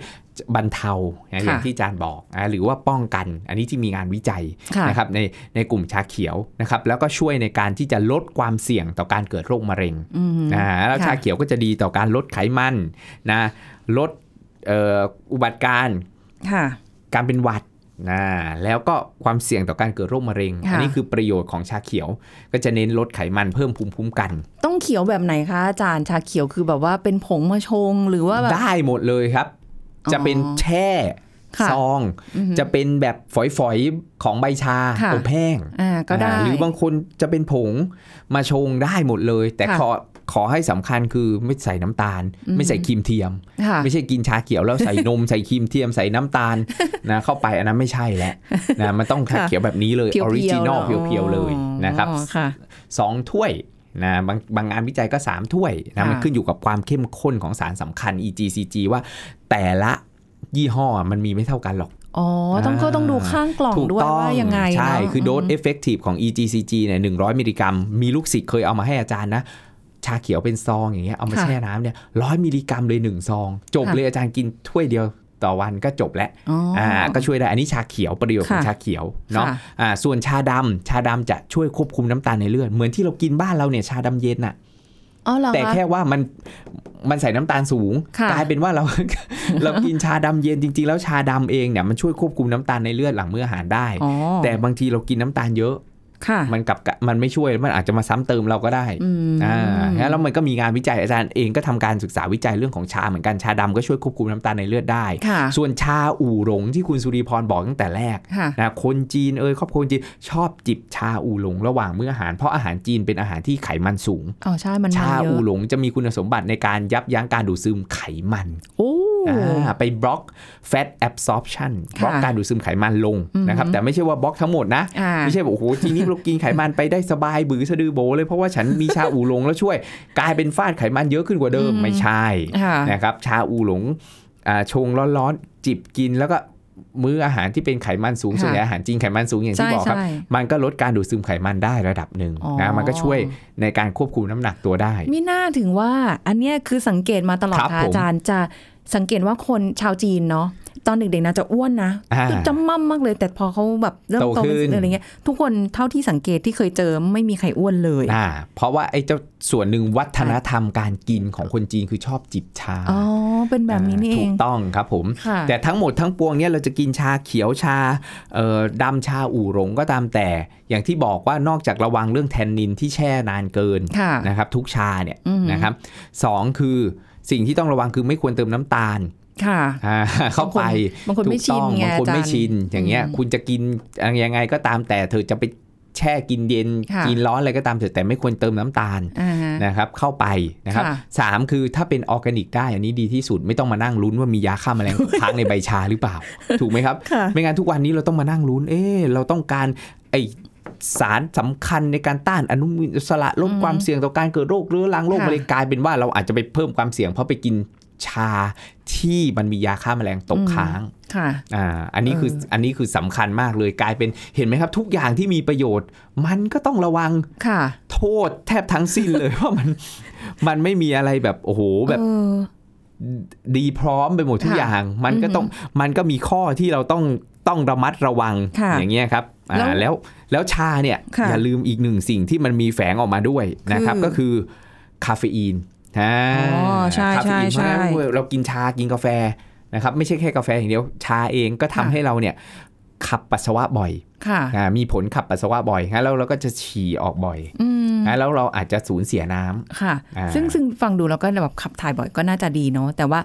Speaker 3: บรรเทานะอย่าง
Speaker 2: ค่ะ
Speaker 3: ที่อาจารย์บอกอ่าหรือว่าป้องกันอันนี้ที่มีงานวิจัย
Speaker 2: ค่ะ
Speaker 3: นะครับในในกลุ่มชาเขียวนะครับแล้วก็ช่วยในการที่จะลดความเสี่ยงต่อการเกิดโรคมะเร็ง
Speaker 2: อืม
Speaker 3: นะแล้ว
Speaker 2: ค่ะ
Speaker 3: ชาเขียวก็จะดีต่อการลดไขมันนะลดเอ่ออุบัติการณ์
Speaker 2: ค่ะ
Speaker 3: การเป็นหวัดนะแล้วก็ความเสี่ยงต่อการเกิดโรคมะเร็ง
Speaker 2: ค่ะ
Speaker 3: อันี้คือประโยชน์ของชาเขียว ก็จะเน้นลดไขมันเพิ่มภูมิคุ้มกัน
Speaker 2: ต้องเขียวแบบไหนคะอาจารย์ชาเขียวคือแบบว่าเป็นผงมาชงหรือว่าแบบ
Speaker 3: ได้หมดเลยครับ
Speaker 2: อ๋อ
Speaker 3: จะเป็นแช่
Speaker 2: ค่ะ
Speaker 3: ซอง
Speaker 2: อือหือ
Speaker 3: จะเป็นแบบฝอยๆของใบชา
Speaker 2: ค่ะ
Speaker 3: อบแห้ง
Speaker 2: อ่าก็ได้
Speaker 3: อ่าหรือบางคนจะเป็นผงมาชงได้หมดเลย แต่
Speaker 2: ค่ะ
Speaker 3: ขอขอให้สำคัญคือไม่ใส่น้ำตาล ไม่ใส่ครีมเทียม
Speaker 2: ค่ะ
Speaker 3: ไม่ใช่กินชาเขียวแล้วใส่น ม ใส่ครีมเทียมใส่น้ำตาลนะเข้าไปอันนั้นไม่ใช่แล้วนะมันต้องชา
Speaker 2: ค่ะ
Speaker 3: เขียวแบบนี้เลยออริจินอลเพียวๆเลยนะครับ
Speaker 2: อ๋อค่ะ
Speaker 3: สองถ้วยนะบางบางงานวิจัยก็ 3 ถ้วยนะ
Speaker 2: ค่ะ
Speaker 3: มันขึ้นอยู่กับความเข้มข้นของสารสำคัญ EGCG ว่าแต่ละยี่ห้อมันมีไม่เท่ากันหรอก
Speaker 2: อ๋อ ต้องก็ต้องดูข้างกล่อง
Speaker 3: ถูก
Speaker 2: ด้วย
Speaker 3: ต้อง
Speaker 2: ว่ายังไง
Speaker 3: ใช่
Speaker 2: เนาะ
Speaker 3: คือโดส
Speaker 2: ม
Speaker 3: เอฟเฟกตีฟของ EGCG เนี่ยหนึ่งร้อยมิลลิกรัม มีลูกศิษย์เคยเอามาให้อาจารย์นะ ชาเขียวเป็นซองอย่างเงี้ยเอามา
Speaker 2: ค่ะ
Speaker 3: แช่น้ำเนี่ยร้อยมิลลิกรัมเลยหนึ่งซอง จบ
Speaker 2: ค่ะ
Speaker 3: เลยอาจารย์กินถ้วยเดียวต่อวันก็จบแล้ว
Speaker 2: อ๋ออ
Speaker 3: ่าก็ช่วยได้อันนี้ชาเขียวประโยชน์ของ
Speaker 2: ค่ะ
Speaker 3: ชาเขียวเนาะ
Speaker 2: ค่ะ
Speaker 3: อ่าส่วนชาดำชาดำจะช่วยควบคุมน้ำตาลในเลือดเหมือนที่เรากินบ้านเราเนี่ยชาดำเย็นน่ะ
Speaker 2: อ๋อเหรอ
Speaker 3: แต่
Speaker 2: คะ
Speaker 3: แค่ว่ามันมันใส่น้ำตาลสูง
Speaker 2: ค่ะ
Speaker 3: กลายเป็นว่าเรา เรากินชาดำเย็นจริง ๆ แล้วชาดำเองเนี่ยมันช่วยควบคุมน้ำตาลในเลือดหลังมื้ออาหารได้
Speaker 2: อ๋อ
Speaker 3: แต่บางทีเรากินน้ำตาลเยอะ
Speaker 2: ค่ะ
Speaker 3: มันกลับกะมันไม่ช่วย มันอาจจะมาซ้ำเติมเราก็ได้
Speaker 2: อืม
Speaker 3: อ่าแล้วมันก็มีงานวิจัยอาจารย์เองก็ทำการศึกษาวิจัยเรื่องของชาเหมือนกันชาดำก็ช่วยควบคุมน้ำตาลในเลือดได้
Speaker 2: ค่ะ
Speaker 3: ส่วนชาอู่หลงที่คุณสุริพรบอกตั้งแต่แรก
Speaker 2: ค่ะ
Speaker 3: นะคนจีนเอยครอบครัวคนจีนชอบจิบชาอู่หลงระหว่างมื้ออาหารเพราะอาหารจีนเป็นอาหารที่ไขมันสูง
Speaker 2: อ๋อใช่ มันมัน
Speaker 3: ชา
Speaker 2: เย
Speaker 3: อู
Speaker 2: อะ
Speaker 3: หลงจะมีคุณสมบัติในการยับยั้งการดูดซึมไขมัน
Speaker 2: โอ้
Speaker 3: อ่าไปบล็อก fat absorption
Speaker 2: ค่ะ
Speaker 3: บล็อกการดูดซึมไขมันลงนะครับ แต่ไม่ใช่ว่าบล็อกทั้งหมดนะ
Speaker 2: อ่า
Speaker 3: ไม่ใช่บอกโอ้โหทีนี้เรากินไขมันไปได้สบายบือสะดือโบเลยเพราะว่าฉันมีชาอูหลงแล้วช่วย กลายเป็นฟาดไขมันเยอะขึ้นกว่าเดิมไม่ใช่
Speaker 2: ค่ะ
Speaker 3: นะครับ ชาอูหลงอ่าชงร้อนๆ จิบกินแล้วก็มื้ออาหารที่เป็นไขมันสูง
Speaker 2: ค่ะ
Speaker 3: ส่วนใหญ่อาหารจีนไขมันสูงอย่างที่
Speaker 2: ใช่
Speaker 3: บอกครับ
Speaker 2: ใช่
Speaker 3: มันก็ลดการดูดซึมไขมันได้ระดับหนึ่ง
Speaker 2: อ๋อ
Speaker 3: นะมันก็ช่วยในการควบคุมน้ำหนักตัวได้
Speaker 2: มีหน้าถึงว่า อันเนี้ยคือสังเกตมาตลอด
Speaker 3: ครับ
Speaker 2: ค่ะ
Speaker 3: ผม
Speaker 2: อาจารย์จะ สังเกตว่าคนชาวจีนเนาะตอนเด็กๆนะจะอ้วนนะ
Speaker 3: อ่า
Speaker 2: จำมั่มมากเลย แต่พอเขาแบบเริ่ม
Speaker 3: โต
Speaker 2: โตเป็น
Speaker 3: ขึ้น
Speaker 2: อะไรเงี้ยทุกคนเท่าที่สังเกตที่เคยเจอไม่มีใครอ้วนเลย
Speaker 3: อ่าเพราะว่าไอ้เจ้าส่วนหนึ่งวัฒนธรรมการกินของคนจีนคือชอบจิบชา
Speaker 2: อ๋อ เป็นแบบนี้นี่
Speaker 3: า
Speaker 2: เอ
Speaker 3: ถู
Speaker 2: ง
Speaker 3: กต้องครับผม
Speaker 2: ค่ะ
Speaker 3: แต่ทั้งหมดทั้งปวงเนี่ยเราจะกินชาเขียวชาเอ่อดำชาอู่หลงก็ตามแต่ อย่างที่บอกว่านอกจากระวังเรื่องแทนนินที่แช่นานเกิน
Speaker 2: ค่ะ
Speaker 3: นะครับทุกชาเนี่ย
Speaker 2: อืม
Speaker 3: นะครับสองคือสิ่งที่ต้องระวังคือไม่ควรเติมน้ำตาล
Speaker 2: ค่ะ
Speaker 3: อ่าเข้าไป
Speaker 2: บางคนไม่
Speaker 3: ถูกต้อง
Speaker 2: ชินไง
Speaker 3: บางคนไม่
Speaker 2: อาจารย์
Speaker 3: ชินอย่างเงี้ย
Speaker 2: อืม
Speaker 3: คุณจะกินอะไรยังไงก็ตามแต่เธอจะไปแช่กินเย็น
Speaker 2: ค่ะ
Speaker 3: กินร้อนอะไรก็ตามเถอะแต่ไม่ควรเติมน้ำตาล
Speaker 2: อ่าฮะ
Speaker 3: นะครับเข้าไปนะครับ
Speaker 2: ค่ะ
Speaker 3: สามคือถ้าเป็นออร์แกนิกได้อันนี้ดีที่สุดไม่ต้องมานั่งลุ้นว่ามียาฆ่าแมลง ค้างในใบชาหรือเปล่า ถูกไหมครับ ไม่งั้นทุกวันนี้เราต้องมานั่งลุ้น เอ๊ะเราต้องการไอสารสำคัญในการต้านอนุมูลอิสระลดความเสี่ยงต่อการเกิดโรคเรื้อรังโรคมะเร็งกลายเป็นว่าเราอาจจะไปเพิ่มความเสี่ยงเพราะไปกินชาที่มันมียาฆ่าแมลงตกค้าง
Speaker 2: ค่ะ
Speaker 3: อ่าอันนี้คืออันนี้คือสำคัญมากเลยกลายเป็นเห็นไหมครับทุกอย่างที่มีประโยชน์ มันก็ต้องระวัง
Speaker 2: ค่ะ
Speaker 3: โทษแทบทั้งสิ้นเลย ว่ามันมันไม่มีอะไรแบบโอ้โหแบบ
Speaker 2: เออ
Speaker 3: ดีพร้อมไปหมดทุก
Speaker 2: ค่ะ
Speaker 3: อย่าง มันก็ต้องมันก็มีข้อที่เราต้องต้องระมัดระวัง
Speaker 2: ค่ะ
Speaker 3: อย่างเงี้ยครับอ่า
Speaker 2: แล้ว
Speaker 3: แล้วแล้วชาเนี่ย
Speaker 2: ค่ะ
Speaker 3: อย่าลืมอีกหนึ่งสิ่งที่มันมีแฝงออกมาด้วยนะครับ
Speaker 2: คือ
Speaker 3: ก็คือคาเฟอีนอ่า
Speaker 2: อ๋อใช่
Speaker 3: คาเฟอีน
Speaker 2: ใช่
Speaker 3: เพราะฉะนั้น
Speaker 2: ใช่
Speaker 3: เรากินชากินกาแฟนะครับ ไม่ใช่แค่กาแฟอย่างเดียวชาเองก็ทำ
Speaker 2: ค่ะ
Speaker 3: ให้เราเนี่ยขับปัสสาวะบ่อย
Speaker 2: ค่ะ
Speaker 3: อ่ามีผลขับปัสสาวะบ่อยงั้นแล้วเราก็จะฉี่ออกบ่อย
Speaker 2: อืม
Speaker 3: นะแล้วเราอาจจะสูญเสียน้ำ
Speaker 2: ค่ะ
Speaker 3: อ่า
Speaker 2: ซึ่งซึ่งฟังดูแล้วก็แบบขับถ่ายบ่อยก็น่าจะดีเนาะ แต่ว่า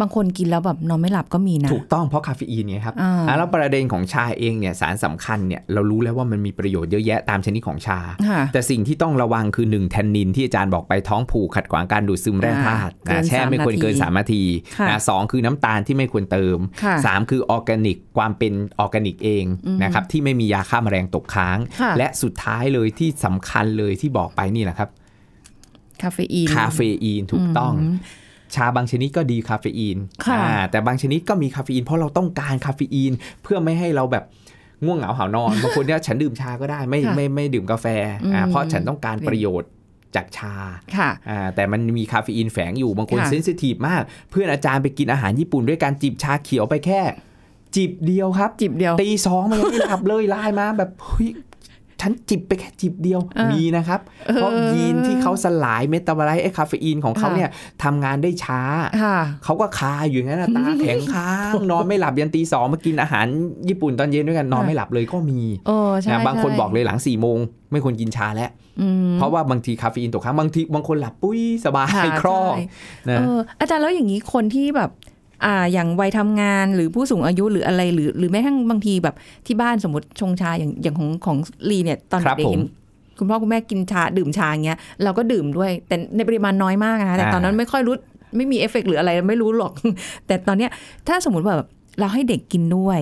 Speaker 2: บางคนกินแล้วแบบนอนไม่หลับก็มีนะ
Speaker 3: ถูกต้องเพราะคาเฟอีนไงครับ
Speaker 2: อ่า
Speaker 3: อ่ะแล้วประเด็นของชาเองเนี่ยสารสำคัญเนี่ยเรารู้แล้วว่ามันมีประโยชน์เยอะแยะตามชนิดของชา
Speaker 2: ค่ะ
Speaker 3: แต่สิ่งที่ต้องระวังคือ 1 แทนนินที่อาจารย์บอกไปท้องผูกขัดขวางการดูดซึมแร่ธาตุ
Speaker 2: อ่าเกิน
Speaker 3: นะแช่ไม่ควรเกิน
Speaker 2: สามนาที
Speaker 3: 3นาที
Speaker 2: ค่ะ
Speaker 3: นะสองคือน้ำตาลที่ไม่ควรเติม
Speaker 2: ค่ะ
Speaker 3: 3 คือออร์แกนิกความเป็นออร์แกนิกเองนะครับที่ไม่มียาฆ่าแมลงตกค้าง
Speaker 2: ค่ะ
Speaker 3: และสุดท้ายเลยที่สำคัญเลยที่บอกไปนี่แหละครับ
Speaker 2: คาเฟอีน
Speaker 3: คาเฟอีนถูกต้อง
Speaker 2: อืม
Speaker 3: ชาบางชนิดก็ดีคาเฟอีน
Speaker 2: ค่ะ
Speaker 3: อ่าแต่บางชนิดก็มีคาเฟอีนเพราะเราต้องการคาเฟอีนเพื่อไม่ให้เราแบบง่วงเหงาหาวน อน บางคนเนี่ยฉันดื่มชาก็ได้ไม่
Speaker 2: ค่ะ
Speaker 3: ไม่ไม่ดื่มกาแฟอ่า
Speaker 2: อืม
Speaker 3: เพราะฉันต้องการประโยชน์จากชา
Speaker 2: ค่ะ
Speaker 3: อ่าแต่มันมีคาเฟอีนแฝงอยู่บางคน
Speaker 2: ค่ะ
Speaker 3: เซนซิทีฟมาก เพื่อนอาจารย์ไปกินอาหารญี่ปุ่นด้วยการจิบชาเขียวไปแค่ จิบเดียวครับ
Speaker 2: จิบเดียว
Speaker 3: ตีสองมันยังไม่หลับเลยไลน์มาแบบเฮ้ยฉันจิบไปแค่จิบเดียว
Speaker 2: อ่ามี
Speaker 3: มีนะครับ เพราะยีนที่เขาสลายเมตาบอไลต์ไอคาเฟอีนของเขา
Speaker 2: อ่า
Speaker 3: เนี่ยทำงานได้ช้า
Speaker 2: ค่ะ
Speaker 3: เขาก็คาอยู่อย่างนั้นนะตาแข็งค้าง นอนไม่หลับยันตีสองมากินอาหารญี่ปุ่นตอนเย็นด้วยกันนอน
Speaker 2: อ่า
Speaker 3: ไม่หลับเลยก็มี
Speaker 2: โอ้ใช่
Speaker 3: นะบางคน
Speaker 2: ใช่
Speaker 3: บอกเลยหลังสี่โมงไม่ควรกินชาแล้ว
Speaker 2: อืม
Speaker 3: เพราะว่าบางทีคาเฟอีนตกค้างบางทีบางคนหลับปุ้ยสบา
Speaker 2: ค่ะ
Speaker 3: ยครอก
Speaker 2: ใช่
Speaker 3: นะ
Speaker 2: เอออาจารย์แล้วอย่างนี้คนที่แบบอ่าอย่างวัยทำงานหรือผู้สูงอายุหรืออะไรหรือหรือแม้กระทั่งบางทีแบบที่บ้านสมมติชงชาอย่างอย่างของของลีเนี่ยตอน
Speaker 3: ครับ
Speaker 2: เด็ก
Speaker 3: ผ
Speaker 2: ๆ
Speaker 3: ม
Speaker 2: เห็นคุณพ่อคุณแม่กินชาดื่มชาอย่างเงี้ยเราก็ดื่มด้วย แต่ในปริมาณน้อยมากนะคะแต่
Speaker 3: อ่า
Speaker 2: ตอนนั้นไม่ค่อยรู้ไม่มีเอฟเฟกต์หรืออะไรไม่รู้หรอก แต่ตอนเนี้ยถ้าสมมติว่าแบบเราให้เด็กกินด้วย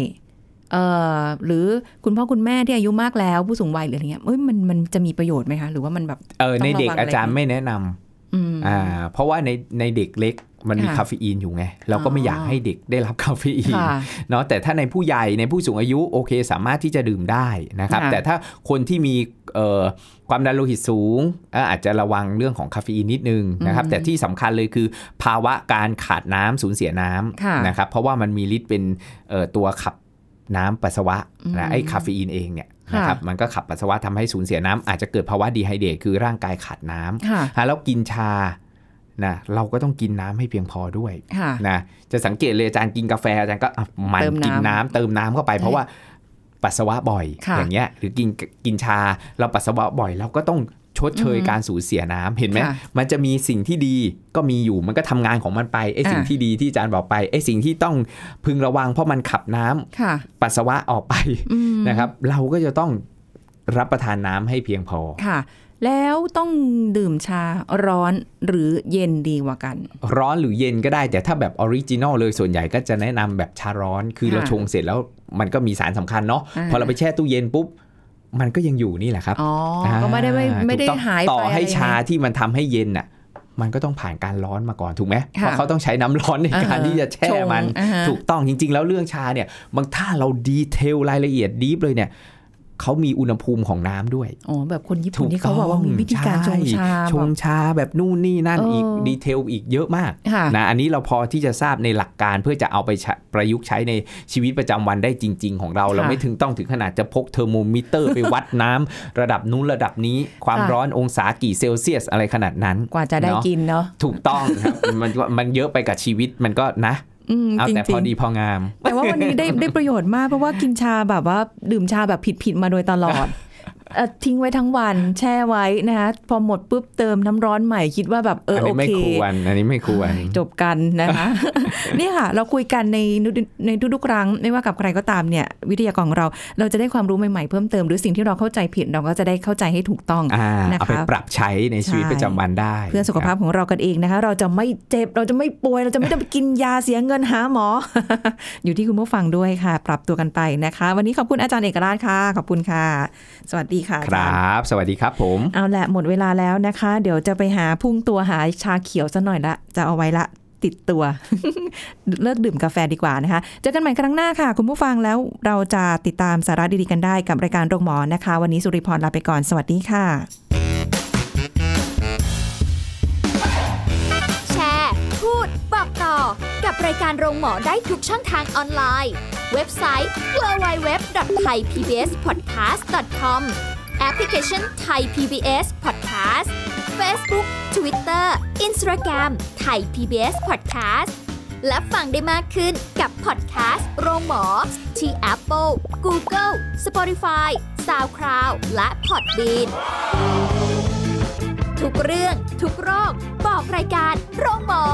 Speaker 2: เอ่อหรือคุณพ่อคุณแม่ที่อายุมากแล้ว ผู้สูงวัยหรืออะไรเงี้ยเอ้ยมันมันจะมีประโยชน์ไหมคะหรือว่ามันแบบ
Speaker 3: เออในเด็ก
Speaker 2: ต้องระวัง
Speaker 3: อาจารย์ไม่แนะนำ
Speaker 2: อืม
Speaker 3: อ่าเพราะว่าในในเด็กเล็กมันมี
Speaker 2: ค่ะ
Speaker 3: คาเฟอีนอยู่ไง เราก็ไม่
Speaker 2: อ๋อ
Speaker 3: อ
Speaker 2: อ
Speaker 3: ยากให้เด็กได้รับคาเฟอีน
Speaker 2: ค่ะ
Speaker 3: เนาะแต่ถ้าในผู้ใหญ่ในผู้สูงอายุโอเคสามารถที่จะดื่มได้นะครับ
Speaker 2: ค่ะ
Speaker 3: แต่ถ้าคนที่มีเอ่อความดันโลหิตสูงอ่ะอาจจะระวังเรื่องของคาเฟอีนนิดนึงนะครับ
Speaker 2: อืม
Speaker 3: แต่ที่สำคัญเลยคือ ภาวะการขาดน้ำสูญเสียน้
Speaker 2: ค่ะ
Speaker 3: ำนะครับเพราะว่ามันมีฤทธิ์เป็นเอ่อตัวขับน้ำปัสสาวะนะไอ้คาเฟอีนเองเนี่ยนะครับมันก็ขับปัสสาวะทำให้สูญเสียน้ำอาจจะเกิดภาวะดีไฮเดรตคือร่างกายขาดน้ำ
Speaker 2: ค่ะ
Speaker 3: อ่ะแล้วกินชานะเราก็ต้องกินน้ำให้เพียงพอด้วย
Speaker 2: ค่ะ
Speaker 3: นะ จะสังเกตเลยอาจารย์กินกาแฟอาจารย์ก็อ่ะมัน
Speaker 2: เติมน้ำ
Speaker 3: กินน้ำเติมน้ำเข้าไปเพราะว่าปัสสาวะบ่อย
Speaker 2: ค่ะ
Speaker 3: อย่างเงี้ยหรือกินกินชาเราปัสสาวะบ่อย เราก็ต้องชดเชยการสูญเสียน้ำเห็นไหม
Speaker 2: ค่ะ
Speaker 3: มันจะมีสิ่งที่ดีก็มีอยู่มันก็ทำงานของมันไปไอ้สิ่ง
Speaker 2: อ่ะ
Speaker 3: ที่ดีที่อาจารย์บอกไปไอ้สิ่งที่ต้องพึงระวังเพราะมันขับน้ำ
Speaker 2: ค่ะ
Speaker 3: ปัสสาวะออกไป
Speaker 2: อืม
Speaker 3: นะครับเราก็จะต้องรับประทานน้ำให้เพียงพอ
Speaker 2: ค่ะ แล้วต้องดื่มชาร้อนหรือเย็นดีกว่ากัน
Speaker 3: ร้อนหรือเย็นก็ได้ แต่ถ้าแบบออริจินอลเลยส่วนใหญ่ก็จะแนะนำแบบชาร้อน คือ
Speaker 2: ค่ะ
Speaker 3: เราชงเสร็จแล้วมันก็มีสารสำคัญเนาะ
Speaker 2: อ่า
Speaker 3: พอเราไปแช่ตู้เย็นปุ๊บ มันก็ยังอยู่นี่แหละครับ
Speaker 2: อ๋ออก็ไม่ได้ไม่
Speaker 3: อ่
Speaker 2: ไม่ได้
Speaker 3: ถูกต้อง
Speaker 2: หายไป
Speaker 3: ต่อให้
Speaker 2: ะไร
Speaker 3: ชาที่มันทำให้เย็นน่ะมันก็ต้องผ่านการร้อนมาก่อนถูกไหมเพราะเขาต้องใช้น้ำร้อนในการ
Speaker 2: อ่าฮะ
Speaker 3: ที่จะแช่
Speaker 2: ชง
Speaker 3: มัน
Speaker 2: อ่าฮะ
Speaker 3: ถูกต้องจริง ๆ แล้วเรื่องชาเนี่ยบางถ้าเราดีเทลรายละเอียดดีฟเลยเนี่ย เขามีอุณหภูมิของน้ำด้วย
Speaker 2: อ๋อแบบคนญี่
Speaker 3: ถู
Speaker 2: ปุ่น
Speaker 3: ก
Speaker 2: ที่เขาบอกว่ามีวิธีการชงชา
Speaker 3: ใช
Speaker 2: แบ
Speaker 3: ง
Speaker 2: บ
Speaker 3: ชาแบบนู่นนี่นั่น
Speaker 2: เอออี
Speaker 3: อีกดีเทลอีกเยอะมาก
Speaker 2: ค่ะ
Speaker 3: นะอันนี้เราพอที่จะทราบในหลักการเพื่อจะเอาไปใช้ประยุกต์ใช้ในชีวิตประจำวันได้จริง ๆ ของเรา
Speaker 2: ค่ะ
Speaker 3: เราไม่ถึงต้องถึงขนาดจะพกเทอร์โมมิเตอร์ ไปวัดน้ำ ระดับนู้นระดับนี้ ความ
Speaker 2: ค่ะ
Speaker 3: ร้อนองศากี่เซลเซียสอะไรขนาดนั้น
Speaker 2: กว่าจะได้
Speaker 3: เอ
Speaker 2: กินเนาะ
Speaker 3: ถูกต้อง ครับ มันก็มันเยอะไปกับชีวิตมันก็นะ
Speaker 2: อืม
Speaker 3: เอา
Speaker 2: จริง
Speaker 3: แต่
Speaker 2: จริ
Speaker 3: พอง ดีพองาม
Speaker 2: แต่ว่าวันนี้ได้ ได้ประโยชน์มากเพราะว่ากินชาแบบว่าดื่มชาแบบผิดผิดๆมาโดยตลอดเอ่อทิ้งไว้ทั้งวันแช่ไว้นะคะพอหมดปุ๊บเติมน้ำร้อนใหม่คิดว่าแบบเออ
Speaker 3: อัน
Speaker 2: โอ
Speaker 3: นี้ไม่
Speaker 2: เค
Speaker 3: ควรอันนี้ไม่ควร
Speaker 2: จบกัน นะคะ เนี่ยค่ะ เราคุยกันในนุในทุกๆครั้ง ไม่ว่ากับใครก็ตามเนี่ย วิทยากรของเราเราจะได้ความรู้ใหม่ๆเพิ่มเติมหรือสิ่งที่เราเข้าใจผิดเราก็จะได้เข้าใจให้ถูกต้อง
Speaker 3: อ่า
Speaker 2: นะคะ
Speaker 3: เอาไปปรับใช้ในชีวิต
Speaker 2: ใช่
Speaker 3: ประจำวันได้
Speaker 2: เพื่อสุข
Speaker 3: ครับ
Speaker 2: ภาพของเรากันเองนะคะ เราจะไม่เจ็บเราจะไม่ป่วยเราจะไม่ต้องไปกินยาเสียเงินหาหมอ อยู่ที่คุณผู้ฟังด้วยค่ะ ปรับตัวกันไปนะคะ วันนี้ขอบคุณอาจารย์เอกราชค่ะขอบคุณค่ะ สวัสดีค่ะอา
Speaker 3: ค
Speaker 2: จารย์
Speaker 3: รับ สวัสดีครับผม
Speaker 2: เอาละหมดเวลาแล้วนะคะ เดี๋ยวจะไปหาพุ่งตัวหาชาเขียวซะหน่อยละ จะเอาไว้ละติดตัว เลิกดื่มกาแฟดีกว่านะคะ เจอกันใหม่ครั้งหน้าค่ะ คุณผู้ฟังแล้วเราจะติดตามสาระดีๆกันได้กับรายการโรงหมอนะคะ วันนี้สุริพรลาไปก่อนสวัสดีค่ะ
Speaker 1: แชร์ พูด บอกต่อ กับรายการโรงหมอได้ทุกช่องทางออนไลน์ เว็บไซต์ www.thaipbspodcast.com แอปพลิเคชัน Thai PBS Podcast Facebook Twitter Instagram Thai PBS Podcast และฟังได้มากขึ้นกับพอดแคสต์โรงหมอ ที่ Apple, Google, Spotify, SoundCloud และ Podbean ทุกเรื่องทุกโรค บอกรายการโรงหมอ